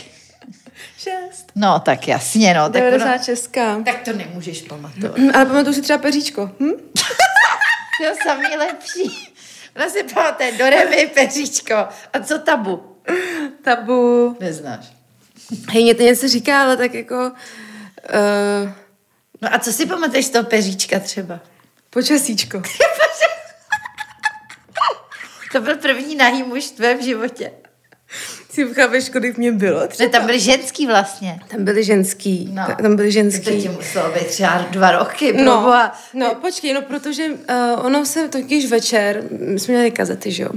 Speaker 3: Šest.
Speaker 2: No, tak jasně, no. Tak, ono,
Speaker 3: 96. Tak.
Speaker 2: tak to nemůžeš pamatovat.
Speaker 3: Ale pamatuju si třeba peříčko. Hm?
Speaker 2: To je samý lepší. Ona si pamatuje do remy, peříčko. A co tabu?
Speaker 3: Tabu.
Speaker 2: Neznáš.
Speaker 3: Hej, mě to něco říká, ale tak jako... Uh,
Speaker 2: No a co si pamatuješ z toho peříčka třeba?
Speaker 3: počasíčko.
Speaker 2: To byl první nahý muž v tvém životě.
Speaker 3: Si chápeš, kolik mě bylo? Třeba.
Speaker 2: Ne, tam byl ženský vlastně.
Speaker 3: Tam byly ženský.
Speaker 2: No.
Speaker 3: No. Tam byly
Speaker 2: To ti
Speaker 3: ženský.
Speaker 2: muselo být třeba dva roky.
Speaker 3: No,
Speaker 2: No.
Speaker 3: no, počkej, no protože uh, ono se totiž večer, my jsme měli kazety, že jo?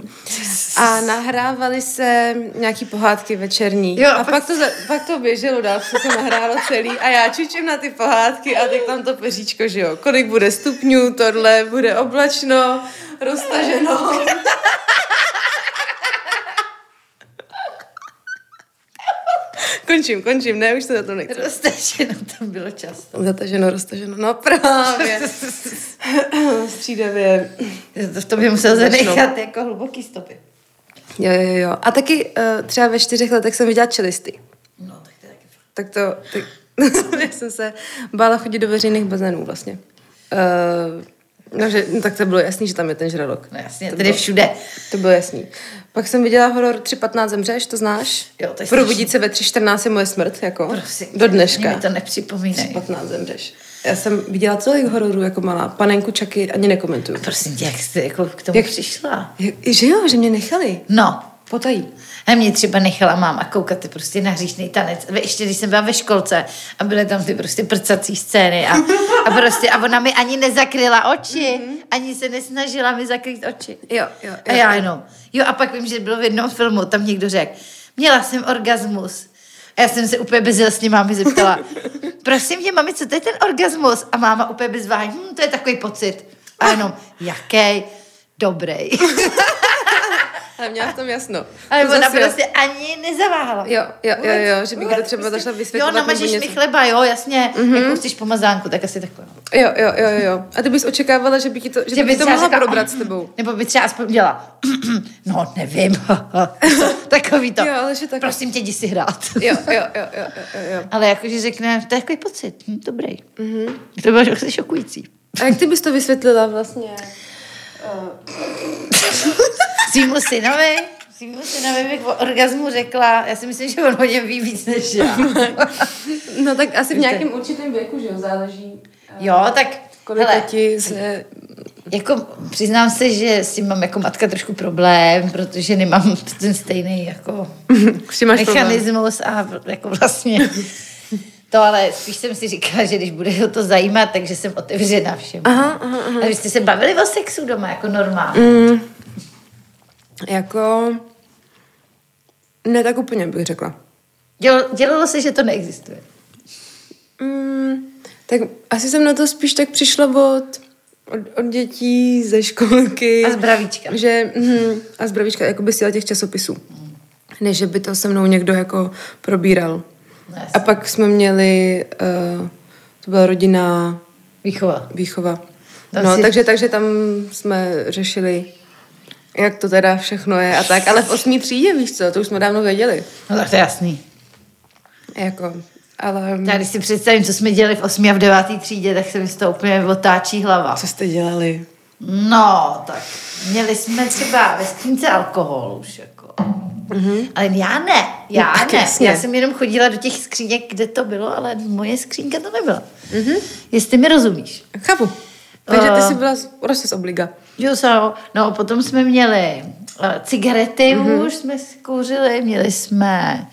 Speaker 3: A nahrávaly se nějaký pohádky večerní.
Speaker 2: Jo,
Speaker 3: a
Speaker 2: pak-
Speaker 3: pak to, za- pak to běželo dál, se to nahrálo celý a já čučím na ty pohádky a tak tam to peříčko, že jo? Kolik bude stupňů, tohle, bude oblačno, roztaženo. končím, končím, ne, už se na to nechci.
Speaker 2: Roztaženo tam bylo často.
Speaker 3: Zataženo, roztaženo, no právě. Střídavě.
Speaker 2: To v tobě musel
Speaker 3: Začnou.
Speaker 2: zanechat jako hluboký stopy.
Speaker 3: Jo, jo, jo. A taky uh, třeba ve čtyřech letech jsem viděla čelisty.
Speaker 2: No, tak to je taky fakt.
Speaker 3: Tak to... Tak... já jsem se bála chodit do veřejných bazénů vlastně. Uh, no, že, no, tak to bylo jasný, že tam je ten žralok.
Speaker 2: No jasně,
Speaker 3: to
Speaker 2: tedy všude.
Speaker 3: To bylo jasný. Pak jsem viděla horor 3.15 zemřeš, to znáš?
Speaker 2: Jo, to je
Speaker 3: Probudit se ve 3.14 je moje smrt, jako.
Speaker 2: Prosím,
Speaker 3: do dneška.
Speaker 2: ani Mi to nepřipomínej.
Speaker 3: 3.15 zemřeš. Já jsem viděla tolik hororů jako malá. Panenku Čaky ani nekomentuju.
Speaker 2: Prosím tě, jak jsi jako k tomu jak...
Speaker 3: Jak-
Speaker 2: přišla?
Speaker 3: Jak, že jo, že mě nechali.
Speaker 2: No,
Speaker 3: Potají.
Speaker 2: A mě třeba nechala máma koukat ty prostě na hříšný tanec. Ve- Ještě když jsem byla ve školce a byly tam ty prostě prcací scény a, a prostě a ona mi ani nezakryla oči,
Speaker 3: Mhm.
Speaker 2: ani se nesnažila mi zakrýt oči.
Speaker 3: Jo, jo,
Speaker 2: A
Speaker 3: jo.
Speaker 2: já jenom. Jo a pak vím, že bylo v jednom filmu, tam někdo řekl, měla jsem orgasmus. A já jsem se úplně bezjasně mámy zeptala, prosím tě, mami, co to je ten orgasmus? A máma úplně bez váhání, hm, to je takový pocit. A jenom, jaký? Dobrý.
Speaker 3: Ale měla v tom jasno.
Speaker 2: Ale
Speaker 3: To
Speaker 2: ona
Speaker 3: zase jo.
Speaker 2: prostě ani nezaváhala.
Speaker 3: Jo, jo, jo, jo, no, že by
Speaker 2: Vůbec
Speaker 3: kdo třeba
Speaker 2: prostě,
Speaker 3: zašla vysvětlovat.
Speaker 2: Jo, namažeš
Speaker 3: nebo
Speaker 2: mi
Speaker 3: něco. Mhm.
Speaker 2: chleba, jo, jasně, mm-hmm. jako chceš pomazánku, tak asi takové.
Speaker 3: Jo, jo, jo, jo. A ty bys očekávala, že by, ti to, že by ti to
Speaker 2: třeba
Speaker 3: mohla
Speaker 2: řekla, "Mm,
Speaker 3: probrat s tebou.
Speaker 2: Nebo by třeba aspoň dělala, no nevím, takový to.
Speaker 3: Jo, ale že tak-
Speaker 2: Prosím tě, jdi si hrát.
Speaker 3: Jo, jo, jo, jo, jo, jo, jo.
Speaker 2: Ale jakože řekne, to je takový pocit, hm, dobrý. Mm-hmm.
Speaker 3: Mhm.
Speaker 2: To bylo šok- šokující.
Speaker 3: A jak ty bys to vysvětlila vlastně?
Speaker 2: Svýmu synovi, svýmu synovi bych o orgazmu řekla, já si myslím, že on o něm ví víc než já.
Speaker 3: No tak asi v
Speaker 2: Víte.
Speaker 3: nějakém určitém věku, že jo, záleží. eh,
Speaker 2: jo, tak,
Speaker 3: Kolik
Speaker 2: hele,
Speaker 3: ti se...
Speaker 2: Jako přiznám se, že s tím mám jako matka trošku problém, protože nemám ten stejný jako
Speaker 3: S tím máš problém.
Speaker 2: mechanismus a jako vlastně to, ale spíš jsem si říkala, že když bude ho to zajímat, takže jsem otevřena všem.
Speaker 3: Aha, Mm. aha, aha.
Speaker 2: A vy jste se bavili o sexu doma jako normálně?
Speaker 3: Jako... Ne, tak úplně bych řekla.
Speaker 2: Dělo, dělalo se, že to neexistuje.
Speaker 3: Mm, tak asi jsem na to spíš tak přišla od, od, od dětí ze školky.
Speaker 2: A z bravíčka.
Speaker 3: Že, mm, a z bravíčka, jako by těch časopisů. Ne, že by to se mnou někdo jako probíral.
Speaker 2: No, jasně.
Speaker 3: A pak jsme měli, uh, to byla rodina
Speaker 2: Výchova.
Speaker 3: výchova.
Speaker 2: To
Speaker 3: No,
Speaker 2: si-
Speaker 3: takže, takže tam jsme řešili, jak to teda všechno je a tak. Ale v osmý třídě, víš co, to už jsme dávno věděli.
Speaker 2: No tak to je jasný.
Speaker 3: Mm. Jako, ale...
Speaker 2: Já když si představím, co jsme dělali v 8. a v 9. třídě, tak se mi z toho úplně otáčí hlava.
Speaker 3: Co jste dělali?
Speaker 2: No, tak měli jsme třeba ve skřínce alkohol už jako. Mm-hmm. Ale já ne, já
Speaker 3: Mhm.
Speaker 2: no,
Speaker 3: No, tak
Speaker 2: ne.
Speaker 3: jasně.
Speaker 2: Já jsem jenom chodila do těch skříněk, kde to bylo, ale moje skřínka to nebyla.
Speaker 3: Mhm.
Speaker 2: Mm-hmm. Jestli mi rozumíš.
Speaker 3: Chápu. Takže ty
Speaker 2: Eh.
Speaker 3: jsi byla z- prostě z obliga.
Speaker 2: Jo, so, no potom jsme měli eh, cigarety
Speaker 3: Mhm.
Speaker 2: mm-hmm. už, jsme si kouřili, měli jsme,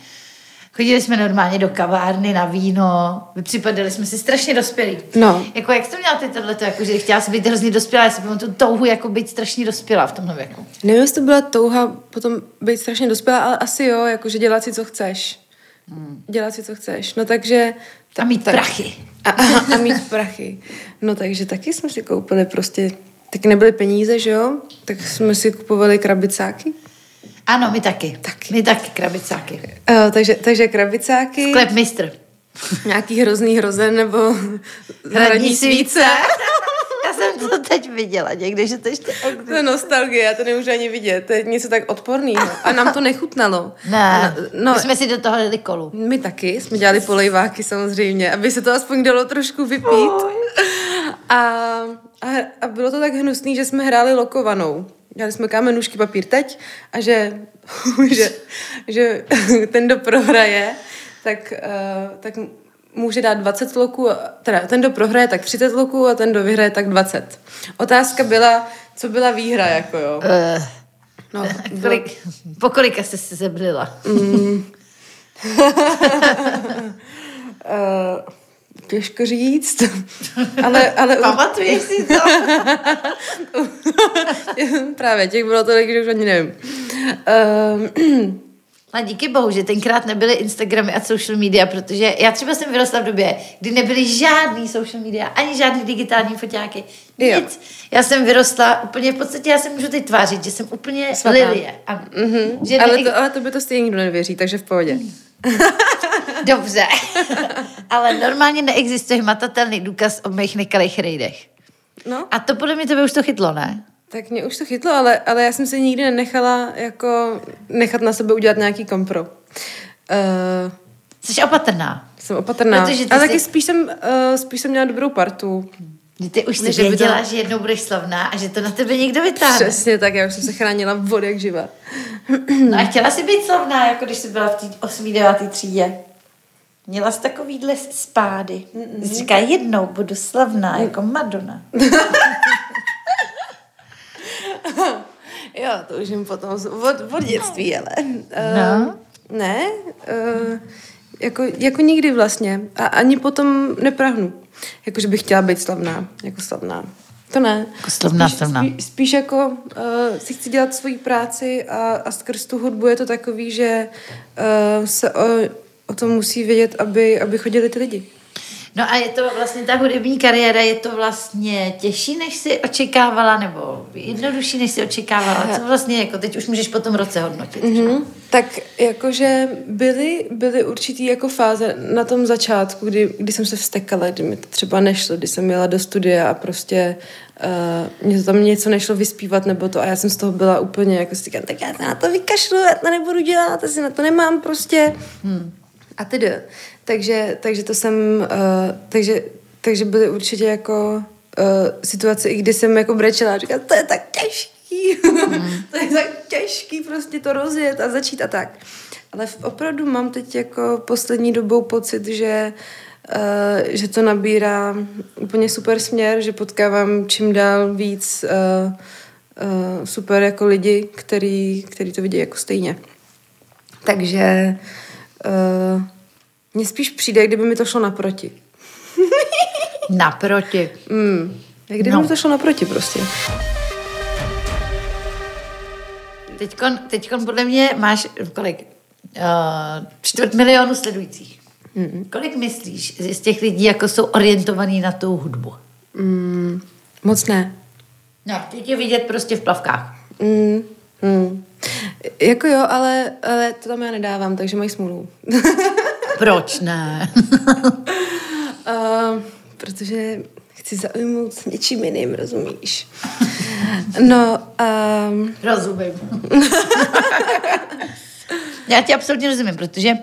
Speaker 2: chodili jsme normálně do kavárny na víno, připadali jsme si strašně dospělí.
Speaker 3: No.
Speaker 2: Jako jak jsi to měla ty tohleto, jako, že chtěla jsi být hrozně dospělá, já si pamatuju touhu jako být strašně dospělá v jako. tomhle věku.
Speaker 3: Nevím, jestli to byla touha potom být strašně dospělá, ale asi jo, jakože dělat si, co chceš.
Speaker 2: Hmm.
Speaker 3: Dělat si, co chceš. No takže...
Speaker 2: A mít
Speaker 3: tak-
Speaker 2: prachy.
Speaker 3: A, a, a mít prachy. No takže taky jsme si koupili prostě... Tak nebyly peníze, že jo? Tak jsme si kupovali krabicáky.
Speaker 2: Ano, my taky.
Speaker 3: Taky.
Speaker 2: My taky, krabicáky.
Speaker 3: Uh, takže, takže krabicáky,
Speaker 2: Klep mistr.
Speaker 3: nějaký hrozný hrozen nebo
Speaker 2: Hradní svíce. Já jsem to teď viděla někde, že to ještě
Speaker 3: To je nostalgie, já to nemůžu ani vidět. To je něco tak odporného. A nám to nechutnalo.
Speaker 2: Ne,
Speaker 3: No,
Speaker 2: my
Speaker 3: no,
Speaker 2: jsme si do toho dali kolu.
Speaker 3: my taky jsme dělali polejváky samozřejmě, aby se to aspoň dalo trošku vypít. A, a, a bylo to tak hnusný, že jsme hráli lokovanou. Dělali jsme kámenušky papír teď a že, že, že ten, kdo prohraje, tak, eh, tak může dát 20 loků, a- teda ten, kdo prohraje, tak 30 loků a ten, kdo vyhraje, tak 20. Otázka byla, co byla výhra, jako jo.
Speaker 2: Eh,
Speaker 3: No, bylo,
Speaker 2: Kolik, po kolika jste se zebrila?
Speaker 3: Uh, těžko říct, ale, ale
Speaker 2: Pamatuješ si to?
Speaker 3: právě těch bylo tolik, že už ani nevím. Uh,
Speaker 2: A díky bohu, že tenkrát nebyly Instagramy a social media, protože já třeba jsem vyrostla v době, kdy nebyly žádný social media, ani žádný digitální foťáky,
Speaker 3: Jo.
Speaker 2: nic. Já jsem vyrostla úplně, v podstatě já se můžu teď tvářit, že jsem úplně
Speaker 3: Svatá.
Speaker 2: Svatá. lilie. Ano. Mm-hmm. Že
Speaker 3: ale,
Speaker 2: neex-
Speaker 3: to, ale to by to stejně nikdo nevěří, takže v pohodě.
Speaker 2: Dobře, ale normálně neexistuje hmatatelný důkaz o mých nekalých rejdech.
Speaker 3: No,
Speaker 2: A to podle mě tebe už to chytlo, ne?
Speaker 3: tak mě už to chytlo, ale, ale já jsem se nikdy nenechala jako nechat na sebe udělat nějaký kompro. Uh,
Speaker 2: Jsi opatrná.
Speaker 3: jsem opatrná.
Speaker 2: Protože ty
Speaker 3: ale
Speaker 2: jsi-
Speaker 3: taky spíš jsem, uh, spíš jsem měla dobrou partu.
Speaker 2: Že Ty už jsi
Speaker 3: Než by to-
Speaker 2: věděla, že jednou budeš slavná a že to na tebe někdo vytáhne.
Speaker 3: Přesně tak, já už jsem se chránila vody jak živa.
Speaker 2: No a chtěla jsi být slavná, jako když jsi byla v té 8. 9. třídě. Měla jsi takovýhle spády. Jsi říká, jednou budu
Speaker 3: Mm.
Speaker 2: slavná, jako Madonna.
Speaker 3: Jo, to už jim potom z- od, od dětství, ale.
Speaker 2: No.
Speaker 3: Uh, ne, uh, jako, jako nikdy vlastně. A ani potom neprahnu. Jako, že bych chtěla být slavná. Jako slavná. To ne.
Speaker 2: Jako slavná,
Speaker 3: spíš,
Speaker 2: slavná.
Speaker 3: Spíš, spíš jako uh, si chci dělat svoji práci a, a skrz tu hudbu je to takový, že uh, se o, o tom musí vědět, aby, aby chodili ty lidi.
Speaker 2: No a je to vlastně ta hudební kariéra, je to vlastně těžší, než si očekávala, nebo jednodušší, než si očekávala? Co vlastně, jako teď už můžeš po tom roce hodnotit, mm-hmm. že?
Speaker 3: Mm, tak jakože byly, byly určitý jako fáze na tom začátku, kdy, kdy jsem se vstekala, kdy mi to třeba nešlo, kdy jsem jela do studia a prostě uh, mě to tam něco nešlo vyspívat nebo to a já jsem z toho byla úplně jako si říkám, tak já to na to vykašlu, já to nebudu dělat, asi na to nemám prostě. Hmm. A tedy. Takže, takže to jsem, uh, takže, takže byly určitě jako uh, situace, i kdy jsem jako brečela a říkala, to je tak těžký, to je tak těžký prostě to rozjet a začít a tak. Ale v- opravdu mám teď jako poslední dobou pocit, že Uh, že to nabírá úplně super směr, že potkávám čím dál víc uh, uh, super jako lidi, který, který to vidí jako stejně. Takže uh, mně spíš přijde, kdyby mi to šlo naproti.
Speaker 2: Naproti.
Speaker 3: Mm. Jak kdyby
Speaker 2: No.
Speaker 3: no. mi to šlo naproti prostě.
Speaker 2: Teďkon, teďkon podle mě máš kolik? Uh, čtvrt milionu sledujících. Mm-hmm. Kolik myslíš z z těch lidí, jako jsou orientovaní na tu hudbu?
Speaker 3: Mm. Moc ne.
Speaker 2: No, teď je vidět prostě v plavkách.
Speaker 3: Mm. Mm. Jako jo, ale, ale to tam já nedávám, takže mají smůlu.
Speaker 2: Proč ne?
Speaker 3: Uh, protože chci zaujmout něčím jiným, rozumíš? No, um,
Speaker 2: Rozumím. Já ti absolutně rozumím, protože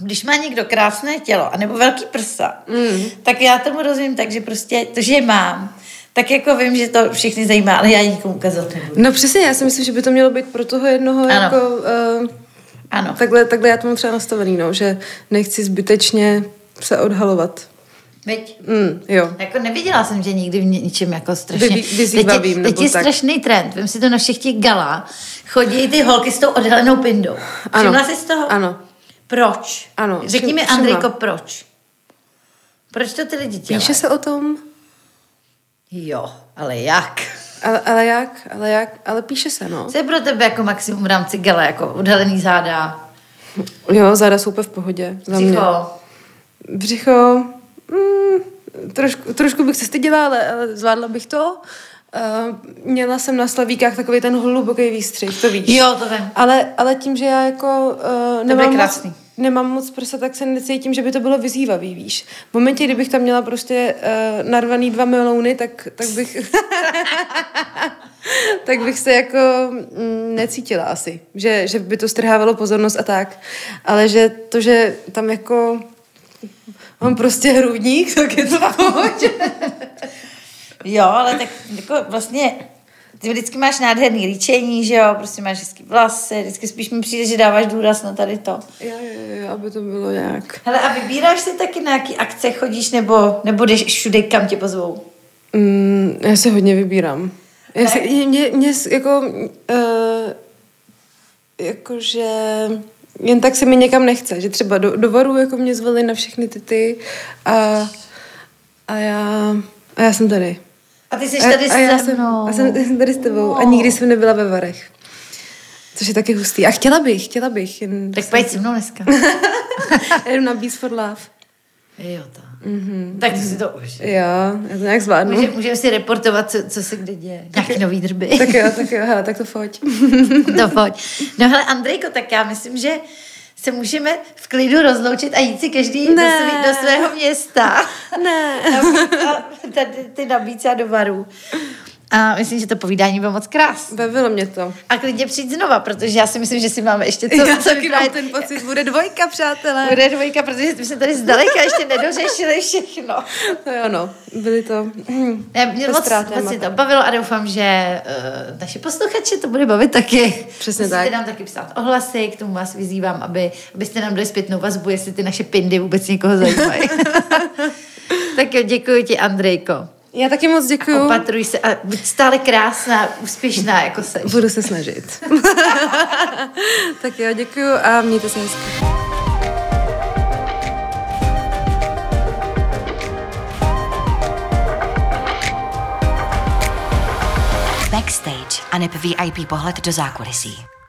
Speaker 2: když má někdo krásné tělo, anebo velký prsa, mm. tak já tomu rozumím tak, že prostě to, že je mám, tak jako vím, že to všechny zajímá, ale já ji nikomu ukázat nebudu.
Speaker 3: no přesně, já si myslím, že by to mělo být pro toho jednoho
Speaker 2: Ano.
Speaker 3: jako... Uh,
Speaker 2: Ano.
Speaker 3: Takhle, takhle já to mám třeba nastavený, no, že nechci zbytečně se odhalovat.
Speaker 2: Veď?
Speaker 3: Mm, jo.
Speaker 2: Jako neviděla jsem tě nikdy v ně- ničem jako strašně.
Speaker 3: Vy- vy-
Speaker 2: teď je,
Speaker 3: vyzývavým,
Speaker 2: teď
Speaker 3: nebo
Speaker 2: je
Speaker 3: tak.
Speaker 2: strašný trend. Vím si to na všech těch gala. Chodí ty holky s tou odhalenou pindou.
Speaker 3: Ano.
Speaker 2: Všimla jsi z toho?
Speaker 3: Ano.
Speaker 2: Proč?
Speaker 3: Ano,
Speaker 2: Řekni
Speaker 3: všim-
Speaker 2: mi,
Speaker 3: všimla.
Speaker 2: Andrejko, proč? Proč to ty lidi dělají?
Speaker 3: Píše se o tom,
Speaker 2: Jo, ale jak?
Speaker 3: ale, ale jak, ale jak, ale píše se, no.
Speaker 2: Co je pro tebe jako maximum v rámci gala? Jako odhalený záda,
Speaker 3: Jo, záda jsou úplně v pohodě. Za mě.
Speaker 2: psycho?
Speaker 3: Břicho, mm, trošku, trošku bych se styděla, ale, ale zvládla bych to. Uh, měla jsem na slavíkách takový ten hluboký výstřih, to víš.
Speaker 2: Jo, to vím.
Speaker 3: Ale, ale tím, že já jako uh,
Speaker 2: je
Speaker 3: nemám, moc,
Speaker 2: krásný.
Speaker 3: nemám moc prsa, tak se necítím, že by to bylo vyzývavý, víš. V momentě, kdybych tam měla prostě uh, narvaný dva melouny, tak, tak bych... tak bych se jako mm, necítila asi, že, že by to strhávalo pozornost a tak. Ale že to, že tam jako mám prostě hrudník, tak je to v pohodě.
Speaker 2: Jo, ale tak jako vlastně ty vždycky máš nádherný líčení, že jo, prostě máš hezký vlasy, vždycky spíš mi přijde, že dáváš důraz na tady to.
Speaker 3: Jo, jo, jo, aby to bylo nějak.
Speaker 2: Hele, a vybíráš si taky na jaký akce chodíš, nebo, nebo jdeš všude, kam tě pozvou?
Speaker 3: Mm, já se hodně vybírám. Já se, mě, mě, mě s- jako... Uh, jakože... Jen tak se mi někam nechce, že třeba do, do varu jako mě zvali na všechny ty ty a, a, já, a já jsem tady.
Speaker 2: A ty jsi tady
Speaker 3: a, a
Speaker 2: se
Speaker 3: já,
Speaker 2: No.
Speaker 3: jsem,
Speaker 2: mnou.
Speaker 3: a jsem, já jsem tady s tebou a nikdy jsem nebyla ve varech. Což je taky hustý. A chtěla bych, chtěla bych. Jen,
Speaker 2: Tak pojď se mnou dneska.
Speaker 3: jen na Beats for Love.
Speaker 2: jo, to.
Speaker 3: Mhm.
Speaker 2: Mm-hmm. Tak to si to už.
Speaker 3: Jo, já to nějak zvládnu.
Speaker 2: Můžeme můžem si reportovat, co, co se kde děje. Nějaký nový drby.
Speaker 3: Tak jo, tak jo, hele, tak to foť.
Speaker 2: to pojď. No hele, Andrejko, tak já myslím, že se můžeme v klidu rozloučit a jít si každý do,
Speaker 3: Ne.
Speaker 2: svý, do svého města.
Speaker 3: ne.
Speaker 2: A tady ty nabídce a do baru. A myslím, že to povídání bylo moc krásné.
Speaker 3: Bavilo mě to.
Speaker 2: A klidně přijď znova, protože já si myslím, že si máme ještě co,
Speaker 3: Já
Speaker 2: co
Speaker 3: taky mám
Speaker 2: vyprávět.
Speaker 3: ten pocit, bude dvojka, přátelé.
Speaker 2: Bude dvojka, protože my jsme tady zdaleka ještě nedořešili všechno.
Speaker 3: To jo, no, byly to...
Speaker 2: Ne, mě moc,
Speaker 3: Pestrá
Speaker 2: moc si
Speaker 3: témata.
Speaker 2: to bavilo a doufám, že uh, naši posluchači to bude bavit taky.
Speaker 3: Přesně
Speaker 2: Musíte
Speaker 3: tak.
Speaker 2: nám taky psát ohlasy, k tomu vás vyzývám, aby, abyste nám dali zpětnou vazbu, jestli ty naše pindy vůbec někoho zajímají. tak jo, děkuji ti, Andrejko.
Speaker 3: Já taky moc děkuju.
Speaker 2: Opatruj se a buď stále krásná, úspěšná, jako se.
Speaker 3: Budu se snažit. tak jo, děkuju a mějte se hezky.
Speaker 1: Backstage a nep VIP pohled do zákulisí.